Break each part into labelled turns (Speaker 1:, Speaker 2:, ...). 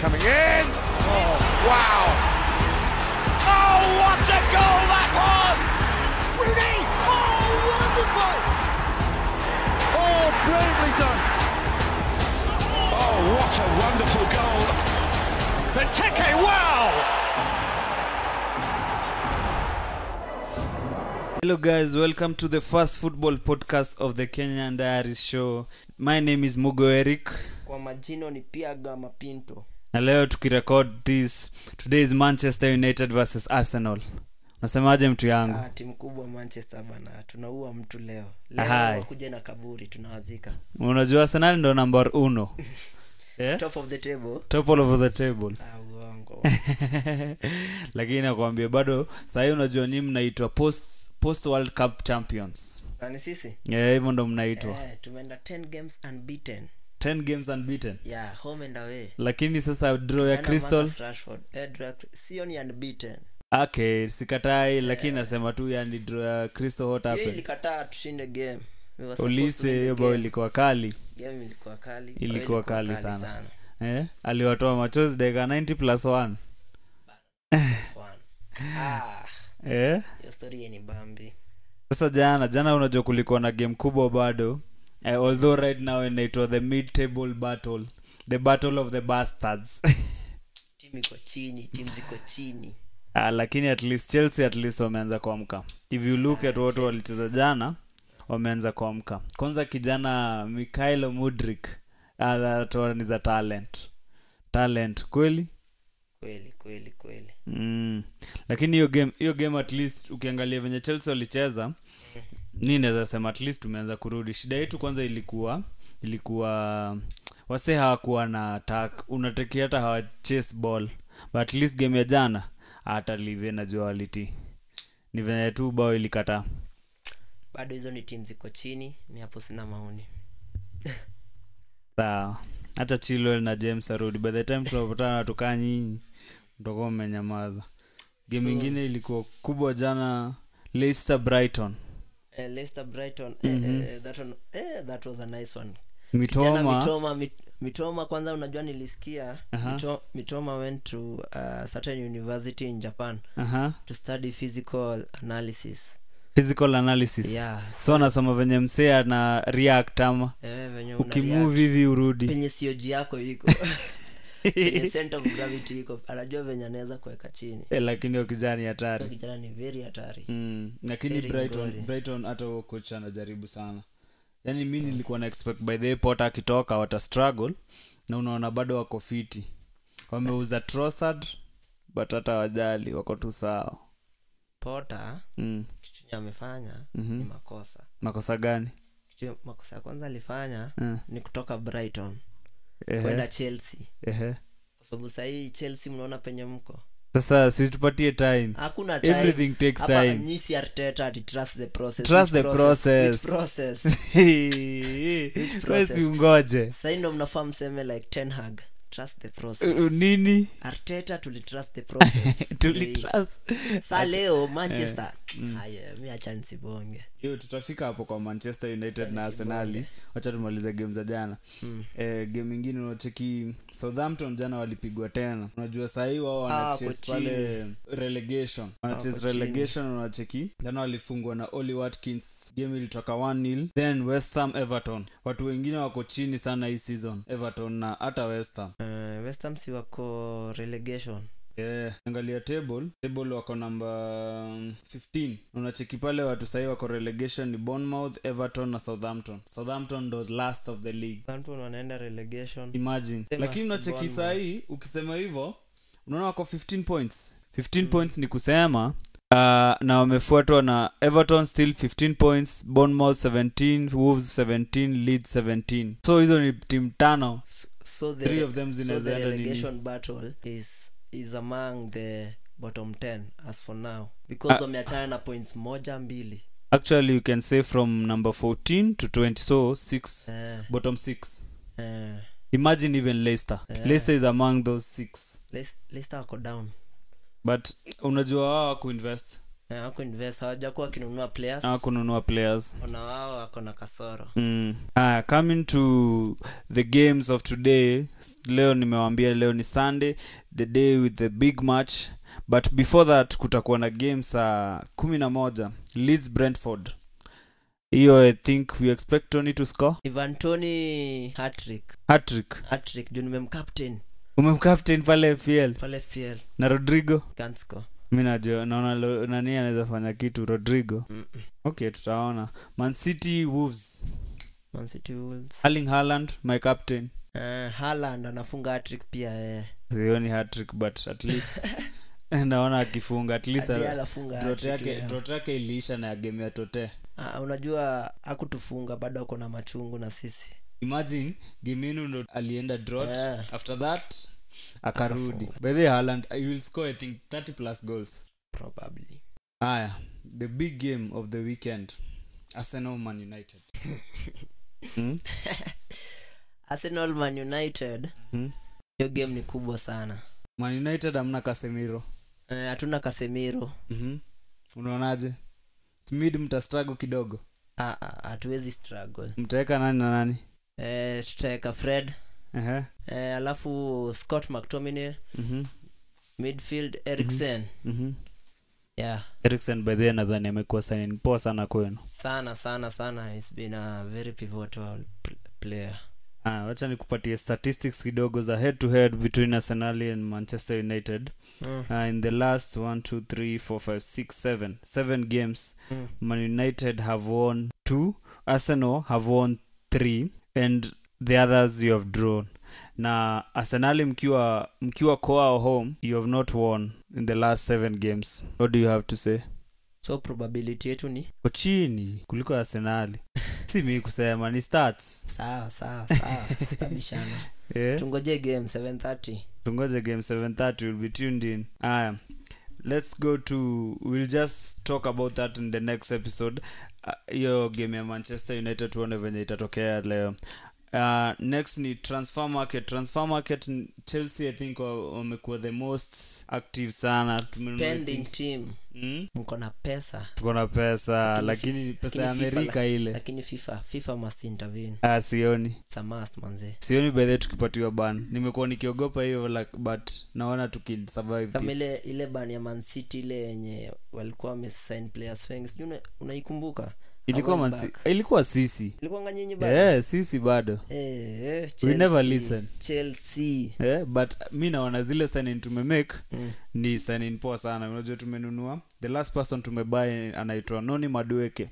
Speaker 1: coming in. Oh, wow.
Speaker 2: Oh, what a goal that was! Rooney! Oh, wonderful!
Speaker 1: Oh, brilliantly done.
Speaker 3: Oh, what a wonderful goal.
Speaker 2: Benteke, wow!
Speaker 4: Hello, guys. Welcome to the first football podcast of the Kenyan Diaries Show. My name is Mugo Eric.
Speaker 5: kwa majino ni piaga mapinto
Speaker 4: na leo tukirecord this today is manchester united versus arsenal unasemaje mtu yangu
Speaker 5: ah, timu kubwa manchester bana tunaua mtu leo leo
Speaker 4: Ahai.
Speaker 5: wakuja na kaburi tunawazika
Speaker 4: unajua arsenal ndo number uno yeah?
Speaker 5: top of the table
Speaker 4: top all over the table
Speaker 5: ah, uongo
Speaker 4: lakini nakwambia bado sahii unajua nyi mnaitwa post, post world cup champions
Speaker 5: nani sisi
Speaker 4: Yeah, hivyo ndo mnaitwa
Speaker 5: eh, tumeenda 10 games unbeaten
Speaker 4: 10 games unbeaten
Speaker 5: yeah home and away
Speaker 4: lakini sasa draw ya
Speaker 5: Ana
Speaker 4: crystal
Speaker 5: Marcus Rashford. Eh, draw ya Cri- sio ni unbeaten
Speaker 4: okay sikatai lakini nasema tu yani draw ya crystal hot
Speaker 5: hiyo
Speaker 4: happened.
Speaker 5: ilikataa tushinde game We were supposed to
Speaker 4: ulise
Speaker 5: win the
Speaker 4: hiyo bao
Speaker 5: game.
Speaker 4: ilikuwa kali
Speaker 5: Game ilikuwa kali
Speaker 4: Ilikuwa
Speaker 5: Ilikuwa
Speaker 4: kali sana. eh? aliwatoa machozi dakika 90 plus 1
Speaker 5: Swan. ah,
Speaker 4: eh?
Speaker 5: hiyo story ni bambi
Speaker 4: sasa jana jana unajua kulikuwa na game kubwa bado eh, although right now inaitwa the mid table battle the battle of the bastards
Speaker 5: timu iko chini timu ziko chini
Speaker 4: ah, lakini at least chelsea at least wameanza kuamka if you look at watu walicheza jana wameanza kuamka kwanza kijana mikhailo mudrik ah, anatoaniza talent talent kweli
Speaker 5: kweli kweli kweli
Speaker 4: mm. lakini hiyo game hiyo game at least ukiangalia venye chelsea walicheza ni naweza sema at least tumeanza kurudi shida yetu kwanza ilikuwa ilikuwa wase hawakuwa na attack unatekea hata hawa chase ball but at least game ya jana hata livye najua waliti ni venye tu bao ilikataa
Speaker 5: bado hizo ni timu ziko chini ni hapo sina maoni
Speaker 4: sawa hata chilwell na james arudi by the time tunapotana natukaa nyinyi mtakuwa mmenyamaza game
Speaker 5: So-
Speaker 4: ingine ilikuwa kubwa jana leicester brighton
Speaker 5: eh, Leicester Brighton eh, eh, that, one, eh, that was a nice one Kijana
Speaker 4: mitoma
Speaker 5: mitoma, mit, mitoma kwanza unajua nilisikia Mito, mitoma went to a certain university in Japan
Speaker 4: aha
Speaker 5: to study physical analysis
Speaker 4: physical analysis
Speaker 5: yeah
Speaker 4: so anasoma venye msea na react ama
Speaker 5: eh, venye una
Speaker 4: ukimove
Speaker 5: react.
Speaker 4: hivi urudi
Speaker 5: penye sioji yako iko penye center of gravity iko anajua venye anaweza kuweka chini
Speaker 4: Eh, lakini hiyo kijani
Speaker 5: Huyo
Speaker 4: hatari
Speaker 5: kijana ni very hatari
Speaker 4: mm. lakini
Speaker 5: Very
Speaker 4: brighton
Speaker 5: ngoli.
Speaker 4: brighton hata huo coach anajaribu sana yaani mi nilikuwa na expect by the way Potter akitoka wata struggle na unaona bado wako fiti wameuza Trossard but hata wajali wako tu sawa
Speaker 5: Potter
Speaker 4: mm.
Speaker 5: kitu yenye amefanya ni makosa
Speaker 4: makosa gani
Speaker 5: Kitu- makosa ya kwanza alifanya
Speaker 4: Eh.
Speaker 5: ni kutoka brighton kwenda
Speaker 4: Ehe,
Speaker 5: chelsea
Speaker 4: ehe.
Speaker 5: kwa sababu sahii chelsea mnaona penye mko
Speaker 4: sasa situpatie time
Speaker 5: hakuna
Speaker 4: Everything takes time.
Speaker 5: nyisi arteta ati trust the process
Speaker 4: Trust
Speaker 5: Which
Speaker 4: the
Speaker 5: process?
Speaker 4: process.
Speaker 5: Which process
Speaker 4: we
Speaker 5: process.
Speaker 4: siungoje
Speaker 5: sahii ndo mnafaa mseme like ten hag trust the process
Speaker 4: U- nini
Speaker 5: arteta tulitrust the process Tuli-
Speaker 4: tulitrust
Speaker 5: sa leo manchester
Speaker 4: Eh. Mm.
Speaker 5: haya mi acha nisibonge
Speaker 4: hiyo tutafika hapo kwa manchester united na arsenali wacha tumalize game za jana
Speaker 5: Hmm.
Speaker 4: mm. eh, game ingine unacheki southampton jana walipigwa tena unajua sahii wao
Speaker 5: Ah, hapo
Speaker 4: wanacheza
Speaker 5: chini. Ah,
Speaker 4: pale relegation wanacheza
Speaker 5: Hapo
Speaker 4: relegation unacheki jana walifungwa na oli watkins game ilitoka 1-0 then west ham everton watu wengine wako chini sana hii season everton na hata west ham
Speaker 5: uh, westham si wako relegation
Speaker 4: Yeah. Eh, angalia table table wako namba 15 unacheki pale watu sahii wako relegation ni bournemouth everton na southampton southampton ndo last of the league
Speaker 5: Southampton wanaenda relegation
Speaker 4: imagine
Speaker 5: Same
Speaker 4: lakini
Speaker 5: as
Speaker 4: unacheki
Speaker 5: Bournemouth.
Speaker 4: sahii ukisema hivyo unaona wako 15 points 15 points ni kusema uh, na wamefuatwa na everton still 15 points bournemouth 17 wolves 17 leeds 17 so hizo ni timu tano
Speaker 5: S- so the,
Speaker 4: Three of them
Speaker 5: so
Speaker 4: zinaeza
Speaker 5: the
Speaker 4: enda nini?
Speaker 5: relegation battle is is among the bottom 10 as for now because
Speaker 4: Ah.
Speaker 5: wameachana na points moja mbili
Speaker 4: actually you can say from number 14 to 20 so 6
Speaker 5: Eh,
Speaker 4: bottom 6
Speaker 5: eh,
Speaker 4: imagine even leicester
Speaker 5: Yeah.
Speaker 4: leicester is among those six
Speaker 5: Leis- Leicester wako down
Speaker 4: but unajua wao kuinvest
Speaker 5: Eh, hawakuinvest hawajakuwa wakinunua players
Speaker 4: Ah, hawakununua players
Speaker 5: ona wao wako na kasoro
Speaker 4: mm. ah, coming to the games of today s- leo nimewambia leo ni sunday the day with the big match but before that kutakuwa na game saa kumi na moja leeds brentford hiyo i think we expect tony to score
Speaker 5: ivan tony hatrick
Speaker 4: hatrick
Speaker 5: hatrick juu nimemcaptain
Speaker 4: umemcaptain pale fpl
Speaker 5: pale fpl
Speaker 4: na rodrigo
Speaker 5: kansco
Speaker 4: mi najua naona lo- nani anaweza fanya kitu rodrigo okay tutaona mancity wolves
Speaker 5: mancity wolves
Speaker 4: erling haaland my captain
Speaker 5: uh, haland anafunga hatrick pia eh. yeye
Speaker 4: sioni hatrick but at least naona akifunga at least
Speaker 5: Hadi
Speaker 4: a-
Speaker 5: alafunga
Speaker 4: drot
Speaker 5: hat-trick
Speaker 4: yake-
Speaker 5: leo.
Speaker 4: drot yake iliisha na ya game ya tote
Speaker 5: Ah, unajua akutufunga bado ako na machungu na sisi
Speaker 4: imagine giminu ndo alienda drot
Speaker 5: Yeah.
Speaker 4: after that akarudi by the way, Haaland, you will score i think 30 plus goals
Speaker 5: probably
Speaker 4: haya the big game of the weekend arsenal man united Hmm?
Speaker 5: arsenal man united
Speaker 4: Hmm?
Speaker 5: hiyo game ni kubwa sana
Speaker 4: man united hamna kasemiro
Speaker 5: Eh, hatuna kasemiro
Speaker 4: mm-hmm. unaonaje mid mtastrago kidogo
Speaker 5: Ah, ah, hatuwezi struggle
Speaker 4: mtaweka nani na nani
Speaker 5: eh, tutaweka fred
Speaker 4: Ehe.
Speaker 5: eh, alafu scott mctominay
Speaker 4: Mhm.
Speaker 5: midfield erikson
Speaker 4: Mhm.
Speaker 5: yeah
Speaker 4: Eriksen by the way nadhani amekuwa signing poa sana kwenu
Speaker 5: sana sana sana its been a very pivotal pl- player
Speaker 4: Ah, wacha nikupatie statistics kidogo za head to head between arsenal and manchester united
Speaker 5: Mm.
Speaker 4: Ah, in the last 1 2 3 4 5 6 7 7 games
Speaker 5: Mm.
Speaker 4: man united have won 2 arsenal have won 3 and the others you have drawn na arsenali mkiwa mkiwa koao home you have not won in the last 7 games what do you have to say
Speaker 5: so probability yetu ni
Speaker 4: Uko chini kuliko arsenali si mi kusema ni stats Eh?
Speaker 5: sawa sawa sawa Sitabishana.
Speaker 4: yeah.
Speaker 5: tungoje game 730
Speaker 4: tungoje game 730 will be tuned in aya let's go to we'll just talk about that in the next episode Ah, hiyo game ya manchester united tuone venye itatokea leo Uh, next ni transfer market transfer market n- chelsea i think wa- wamekuwa the most active sana Tumenunua, I
Speaker 5: pending
Speaker 4: think-
Speaker 5: team
Speaker 4: Mm?
Speaker 5: mko na pesa
Speaker 4: tuko na pesa
Speaker 5: Lakini
Speaker 4: Ah, lakini pesa
Speaker 5: lakini
Speaker 4: ya
Speaker 5: FIFA
Speaker 4: amerika
Speaker 5: la-
Speaker 4: ile
Speaker 5: lakini fifa fifa must intervene
Speaker 4: Ah, sioni
Speaker 5: It's a must manze
Speaker 4: sioni bedhe tukipatiwa ban nimekuwa nikiogopa hiyo like, but naona tukisurvive
Speaker 5: kama
Speaker 4: this.
Speaker 5: ile ile ban ya man city ile yenye walikuwa wamesign players wengi sijui una- unaikumbuka
Speaker 4: ilikuwa
Speaker 5: Hawaii
Speaker 4: mansi,
Speaker 5: back.
Speaker 4: ilikuwa sisi
Speaker 5: ilikuwanga nyinyi bado
Speaker 4: yeah, sisi bado
Speaker 5: Eh, eh,
Speaker 4: We never
Speaker 5: Chelsea.
Speaker 4: listen.
Speaker 5: Chelsea.
Speaker 4: yeah, Eh, but mi naona zile signin tumemake
Speaker 5: Mm.
Speaker 4: ni signin poa sana unajua tumenunua the last person tumebuy anaitwa noni madueke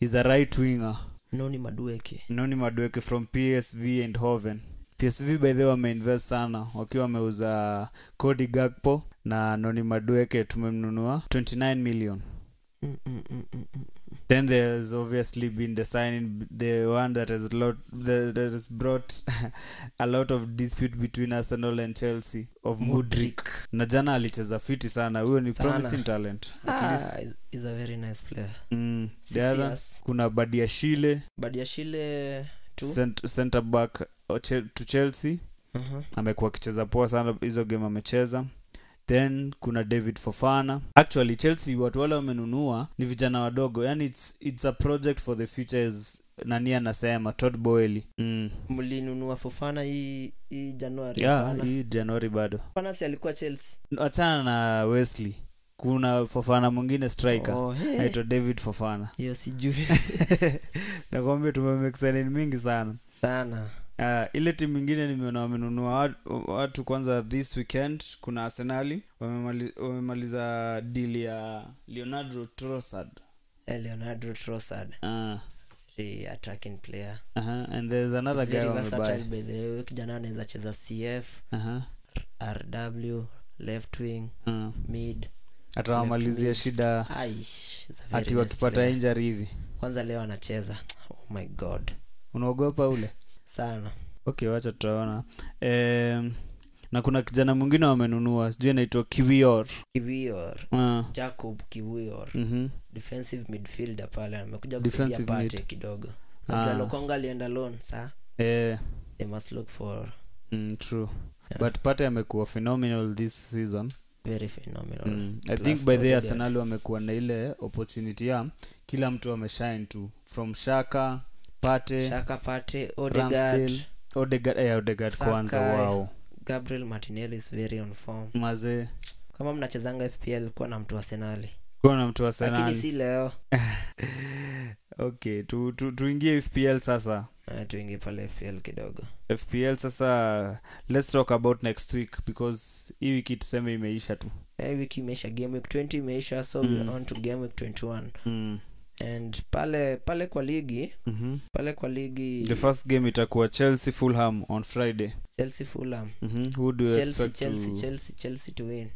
Speaker 4: is a right winger
Speaker 5: noni madueke
Speaker 4: noni madueke from psv and hoven psv by the way wameinvest sana wakiwa wameuza cody gagpo na noni madueke tumemnunua 29 million
Speaker 5: Mm, mm, mm, mm, mm.
Speaker 4: then there's obviously been the signing the one that has lot that that has brought a lot of dispute between arsenal and chelsea of mudrik na jana alicheza fiti sana huyo ni
Speaker 5: Sana.
Speaker 4: promising talent at least
Speaker 5: Ah, is- is a very nice player
Speaker 4: mm, the
Speaker 5: Six
Speaker 4: other
Speaker 5: years.
Speaker 4: kuna badia shile
Speaker 5: badiashile tu
Speaker 4: cent, center back o- Chel- to chelsea Uh-huh.
Speaker 5: Mhm.
Speaker 4: amekuwa akicheza poa sana hizo game amecheza then kuna david fofana actually chelsea watu wale wamenunua ni vijana wadogo yani it's, it's a project for the future is nani anasema tod boeli mm.
Speaker 5: mlinunua fofana hii hii januari
Speaker 4: yeah,
Speaker 5: Hapana.
Speaker 4: hii januari bado
Speaker 5: Fofana si alikuwa chelsea
Speaker 4: achana na wesley kuna fofana mwingine striker
Speaker 5: Oh, hey.
Speaker 4: naitwa david fofana
Speaker 5: hiyo sijui
Speaker 4: nakwambia tumemeksanin mingi sana
Speaker 5: sana
Speaker 4: Uh, ile timu ingine nimeona wamenunua watu, watu kwanza this weekend kuna arsenali wamemali, wamemaliza dili ya leonardo trosad
Speaker 5: Eh, leonardo trossard
Speaker 4: uh,
Speaker 5: the attacking player
Speaker 4: uh-huh. and there's another guy
Speaker 5: Very versatile
Speaker 4: wamebuy
Speaker 5: by the way kijana anaweza cheza cf
Speaker 4: uh-huh.
Speaker 5: rw left wing
Speaker 4: uh,
Speaker 5: mid
Speaker 4: atawamalizia shida
Speaker 5: aish is a very
Speaker 4: ati
Speaker 5: nice
Speaker 4: wakipata
Speaker 5: player.
Speaker 4: injari hivi
Speaker 5: kwanza leo anacheza oh my god
Speaker 4: unaogopa ule
Speaker 5: sana
Speaker 4: okay wacha tutaona um, na kuna kijana mwingine wamenunua sijui anaitwa kivior
Speaker 5: kiwior
Speaker 4: uh,
Speaker 5: jacob kiwior
Speaker 4: mhm.
Speaker 5: defensive midfielder pale amekuja kusaidia
Speaker 4: Defensive
Speaker 5: pate
Speaker 4: mid.
Speaker 5: kidogo
Speaker 4: Ah.
Speaker 5: lokonga alienda loan sa
Speaker 4: eh,
Speaker 5: they must look for
Speaker 4: mm, true
Speaker 5: Yeah.
Speaker 4: but pate amekuwa phenomenal this season
Speaker 5: very phenomenal
Speaker 4: Mm. i
Speaker 5: Eh, Plus
Speaker 4: think by the
Speaker 5: Odegaard.
Speaker 4: arsenal wamekuwa na ile opportunity ya kila mtu ameshine tu from shaka pate
Speaker 5: Shaka Partey, Odegaard,
Speaker 4: ramsdale Odegaard- eh, Odegaard kwanza
Speaker 5: Sakai.
Speaker 4: wao
Speaker 5: gabriel martinelli is very on form
Speaker 4: mazee
Speaker 5: kama mnachezanga fpl kuwa na mtu arsenali
Speaker 4: kuwa na mtu wa
Speaker 5: lakini
Speaker 4: Arsenali.
Speaker 5: si leo
Speaker 4: okay tu, tu, tuingie fpl sasa
Speaker 5: Eh, tuingie pale fpl kidogo
Speaker 4: fpl sasa let's talk about next week because hii wiki tuseme imeisha tu
Speaker 5: Eh, wiki imeisha game week 20 imeisha so we are on to game week 21
Speaker 4: mm.
Speaker 5: and pale pale kwa ligi
Speaker 4: mm-hmm.
Speaker 5: pale kwa ligi
Speaker 4: the first game itakuwa chelsea fulham on friday
Speaker 5: chelsea fulham
Speaker 4: mm-hmm. who do you
Speaker 5: chelsea
Speaker 4: expect
Speaker 5: chelsea
Speaker 4: to...
Speaker 5: chelsea chelsea to win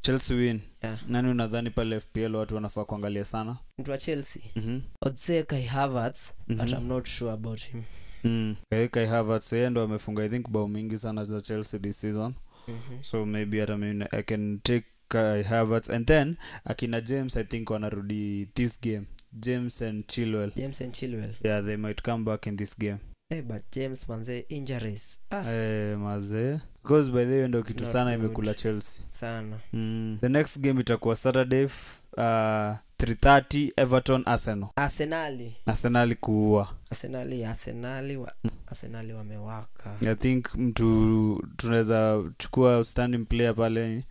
Speaker 4: chelsea win
Speaker 5: Yeah.
Speaker 4: nani unadhani pale fpl watu wanafaa kuangalia sana
Speaker 5: mtu wa chelsea
Speaker 4: mm-hmm.
Speaker 5: odse kai havertz but
Speaker 4: Mhm.
Speaker 5: i'm not sure about him
Speaker 4: mm. kai havertz yeye ndo amefunga i think bao mingi sana za chelsea this season
Speaker 5: Mhm.
Speaker 4: so maybe hata mimi i can take Kai Havertz and then akina James I think wanarudi this game James and Chilwell
Speaker 5: james and chilwell
Speaker 4: yeah they might come back in this game
Speaker 5: eh, but james manze injuries ah,
Speaker 4: eh mazee because by the way ndo kitu
Speaker 5: Not
Speaker 4: sana
Speaker 5: good.
Speaker 4: imekula Chelsea
Speaker 5: sana
Speaker 4: mm. the next game itakuwa Saturday f- uh, 3:30 Everton Arsenal
Speaker 5: arsenali
Speaker 4: Arsenal kuua
Speaker 5: arsenali arsenali wa arsenali wamewaka
Speaker 4: I think mtu tunaweza chukua outstanding player pale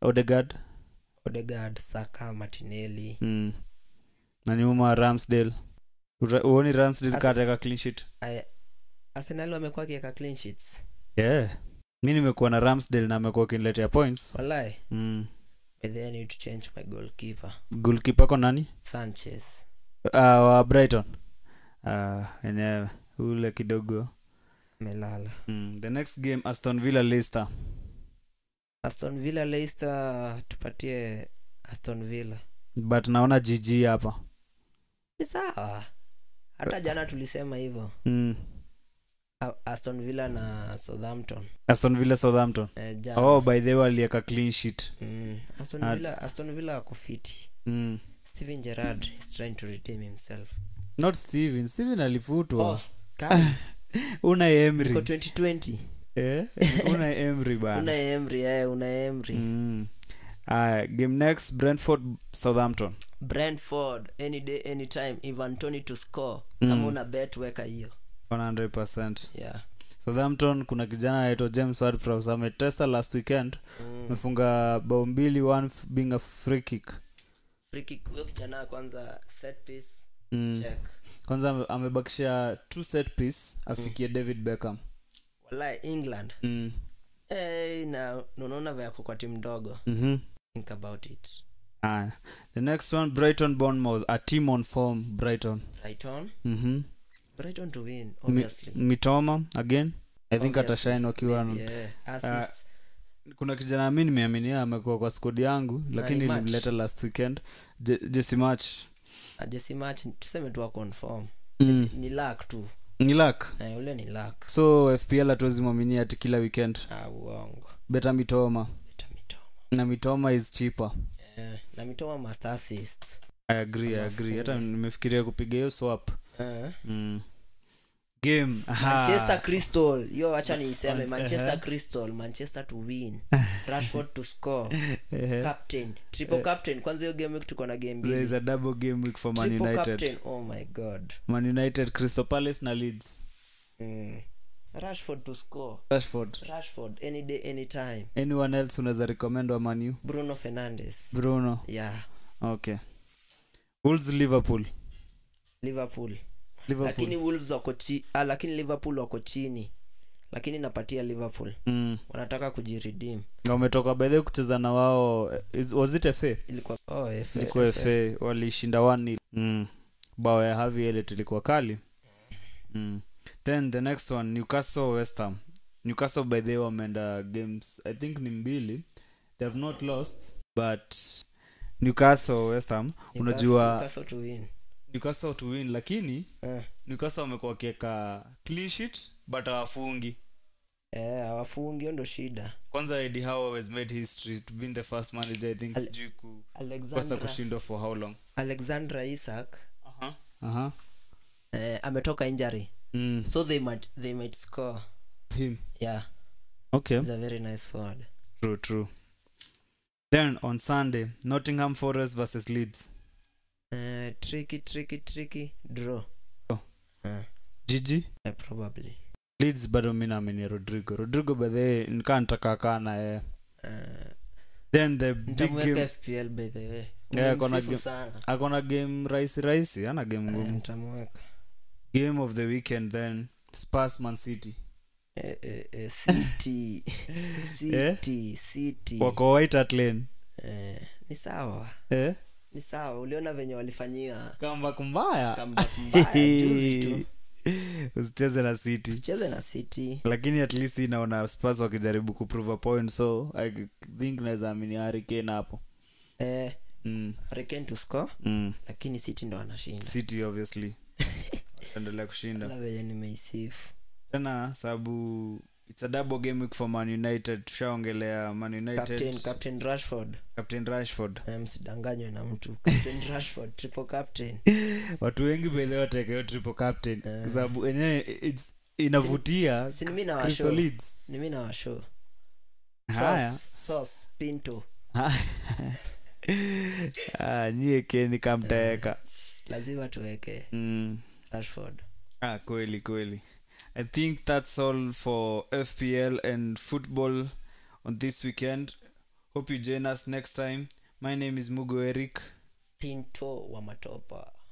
Speaker 4: Odegaard
Speaker 5: odegaard saka martinelli
Speaker 4: mm. na nyuma Ramsdale Ura- uoni Ramsdale
Speaker 5: Asa-
Speaker 4: kateka clean sheet
Speaker 5: Aya, arsenali wamekuwa kiweka clean sheets
Speaker 4: yeah mi nimekuwa na Ramsdale na amekuwa akiniletea points
Speaker 5: walai
Speaker 4: mm.
Speaker 5: But then I need to change my goalkeeper.
Speaker 4: goalkeeper ako nani
Speaker 5: Sanchez.
Speaker 4: uh, wa Brighton uh, enyewe ule kidogo
Speaker 5: Melala.
Speaker 4: mm. the next game Aston Villa Leicester
Speaker 5: Aston Villa Leicester tupatie Aston Villa.
Speaker 4: but naona GG hapa
Speaker 5: Ni sawa. Hata jana tulisema hivyo.
Speaker 4: mm.
Speaker 5: A- Aston Villa na Southampton.
Speaker 4: Aston Villa Southampton
Speaker 5: Eh, jana.
Speaker 4: oh by the way alieka clean sheet
Speaker 5: Mm. Aston
Speaker 4: Ah.
Speaker 5: Villa Aston Villa wako fit.
Speaker 4: mm.
Speaker 5: Steven Gerrard is trying to redeem himself.
Speaker 4: not Steven Steven alifutwa
Speaker 5: Oh, kama
Speaker 4: una
Speaker 5: kwa
Speaker 4: Emery
Speaker 5: 2020
Speaker 4: eh? una Emery bana
Speaker 5: una Emery eh, una Emery.
Speaker 4: mm. uh, game next brentford southampton
Speaker 5: Brentford any day any time Ivan Toney to score.
Speaker 4: Mm.
Speaker 5: Kama una bet weka hiyo.
Speaker 4: 100
Speaker 5: Yeah.
Speaker 4: southampton kuna kijana anaitwa james wardpros ametesta last weekend
Speaker 5: Mm.
Speaker 4: amefunga bao mbili one f- being a free kick
Speaker 5: Free kick huyo kijana kwanza set piece
Speaker 4: mm.
Speaker 5: check
Speaker 4: kwanza ame- amebakisha two set piece afikie
Speaker 5: Mm.
Speaker 4: david beckham
Speaker 5: wallahi england
Speaker 4: mm.
Speaker 5: hey, na unaona vyako kwa timu ndogo
Speaker 4: mm-hmm.
Speaker 5: think about it
Speaker 4: ah. the next one brighton bournemouth a team on form brighton
Speaker 5: brighton
Speaker 4: mm-hmm.
Speaker 5: brighton to win
Speaker 4: Mi-
Speaker 5: obviously
Speaker 4: mitoma again i think
Speaker 5: Obviously.
Speaker 4: atashine wakiwa Ah.
Speaker 5: yeah assist
Speaker 4: kuna kijana mi nimeaminia amekuwa kwa skodi yangu lakini
Speaker 5: match.
Speaker 4: nilimleta last weekend Je- jesse match
Speaker 5: uh, jesi match tuseme tu wako on form
Speaker 4: mm.
Speaker 5: ni luck tu
Speaker 4: ni luck
Speaker 5: na ule ni luck
Speaker 4: so fpl hatuwezi mwaminia ati kila weekend
Speaker 5: ah uongo
Speaker 4: beta mitoma
Speaker 5: Leta mitoma
Speaker 4: na mitoma is cheaper
Speaker 5: Eh, na mitoma must assist
Speaker 4: i agree i agree hata nimefikiria kupiga hiyo swap
Speaker 5: Eh,
Speaker 4: mm. game
Speaker 5: manchester crystal hiyo wacha niiseme
Speaker 4: Man-
Speaker 5: manchester crystal manchester to win
Speaker 4: Eh.
Speaker 5: rashford to score captain triple
Speaker 4: Eh.
Speaker 5: captain kwanza hiyo game week tuko na game
Speaker 4: there is
Speaker 5: mbili
Speaker 4: a double game week for man
Speaker 5: triple
Speaker 4: united
Speaker 5: captain oh my god
Speaker 4: man united crystal palace na leeds
Speaker 5: mm. rashford to score
Speaker 4: rashford
Speaker 5: rashford any day any time
Speaker 4: anyone else unaweza recommend wa manu
Speaker 5: bruno fernandes
Speaker 4: bruno
Speaker 5: yeah
Speaker 4: okay wolves liverpool
Speaker 5: liverpool
Speaker 4: liverpool
Speaker 5: lakini wolves wako chi ah, lakini liverpool wako chini lakini napatia liverpool
Speaker 4: mm.
Speaker 5: wanataka kujiredeem
Speaker 4: Na wametoka baidhe kucheza na wao is, was it fa
Speaker 5: ilikuwa oh, FA,
Speaker 4: ilikuwa fa walishinda 1-0. mm. bao ya Harvey Elliott ilikuwa kali mm. then the next one newcastle west ham newcastle by the way wameenda games i think ni mbili they have not lost but newcastle west ham
Speaker 5: Newcastle-
Speaker 4: unajua
Speaker 5: Newcastle to win
Speaker 4: newcastle to win lakini
Speaker 5: eh
Speaker 4: newcastle wamekuwa wakiweka clean sheet but hawafungi
Speaker 5: eh hawafungi hiyo ndo shida
Speaker 4: kwanza Eddie Howe has made history to being the first manager i think
Speaker 5: Al-
Speaker 4: sijui ku- kosa
Speaker 5: alexandra
Speaker 4: kushindwa for how long
Speaker 5: alexandra isak
Speaker 4: Aha. Aha.
Speaker 5: eh, ametoka injury
Speaker 4: Mm.
Speaker 5: so they might they might score
Speaker 4: Him.
Speaker 5: yeah
Speaker 4: Okay.
Speaker 5: he's a very nice forward
Speaker 4: True, true. then on sunday nottingham forest versus leeds
Speaker 5: uh, tricky tricky tricky draw
Speaker 4: jiji
Speaker 5: uh, probably
Speaker 4: leeds bado mi naamini rodrigo rodrigo bedhe nikaa nitakakaa naye
Speaker 5: uh,
Speaker 4: then the big
Speaker 5: ntamweka
Speaker 4: game
Speaker 5: fpl by the way
Speaker 4: Yeah, Mm. kuna
Speaker 5: Umemsifu
Speaker 4: game-
Speaker 5: sana
Speaker 4: akona game rahisi rahisi ana game
Speaker 5: Eh,
Speaker 4: ngumu
Speaker 5: ntamweka
Speaker 4: game of the weekend then spurs man city
Speaker 5: Eh, eh, eh, City.
Speaker 4: Eh?
Speaker 5: City, City.
Speaker 4: wako white at lane
Speaker 5: Eh, ni sawa
Speaker 4: eh?
Speaker 5: ni sawa uliona venye walifanyiwa
Speaker 4: comeback mbaya
Speaker 5: comeback mbaya juzi tu
Speaker 4: usicheze na city
Speaker 5: cheze na city
Speaker 4: lakini at least inaona spurs wakijaribu kuprove a point so i think naweza amini hurricane hapo
Speaker 5: eh,
Speaker 4: mm.
Speaker 5: Hurricane to score
Speaker 4: Mm.
Speaker 5: lakini city ndo wanashinda
Speaker 4: city obviously wataendelea kushinda
Speaker 5: La venye nimeisifu
Speaker 4: tena sababu it's a double game week for man united tushaongelea man united
Speaker 5: captain captain rashford
Speaker 4: captain rashford
Speaker 5: Eh, msidanganywe na mtu captain rashford triple captain
Speaker 4: watu wengi bedhe watekeo triple captain kwa sababu enyewe it's- inavutia
Speaker 5: si ni mimi na
Speaker 4: Crystal
Speaker 5: washo
Speaker 4: Leeds.
Speaker 5: ni mimi na washo
Speaker 4: Haya.
Speaker 5: Sauce, sauce pinto
Speaker 4: Ah, nyie keni kamtaeka
Speaker 5: lazima tuweke
Speaker 4: mm.
Speaker 5: rashford
Speaker 4: ah, kweli kweli i think that's all for fpl and football on this weekend hope you join us next time my name is mugo eric
Speaker 5: pinto wa matopa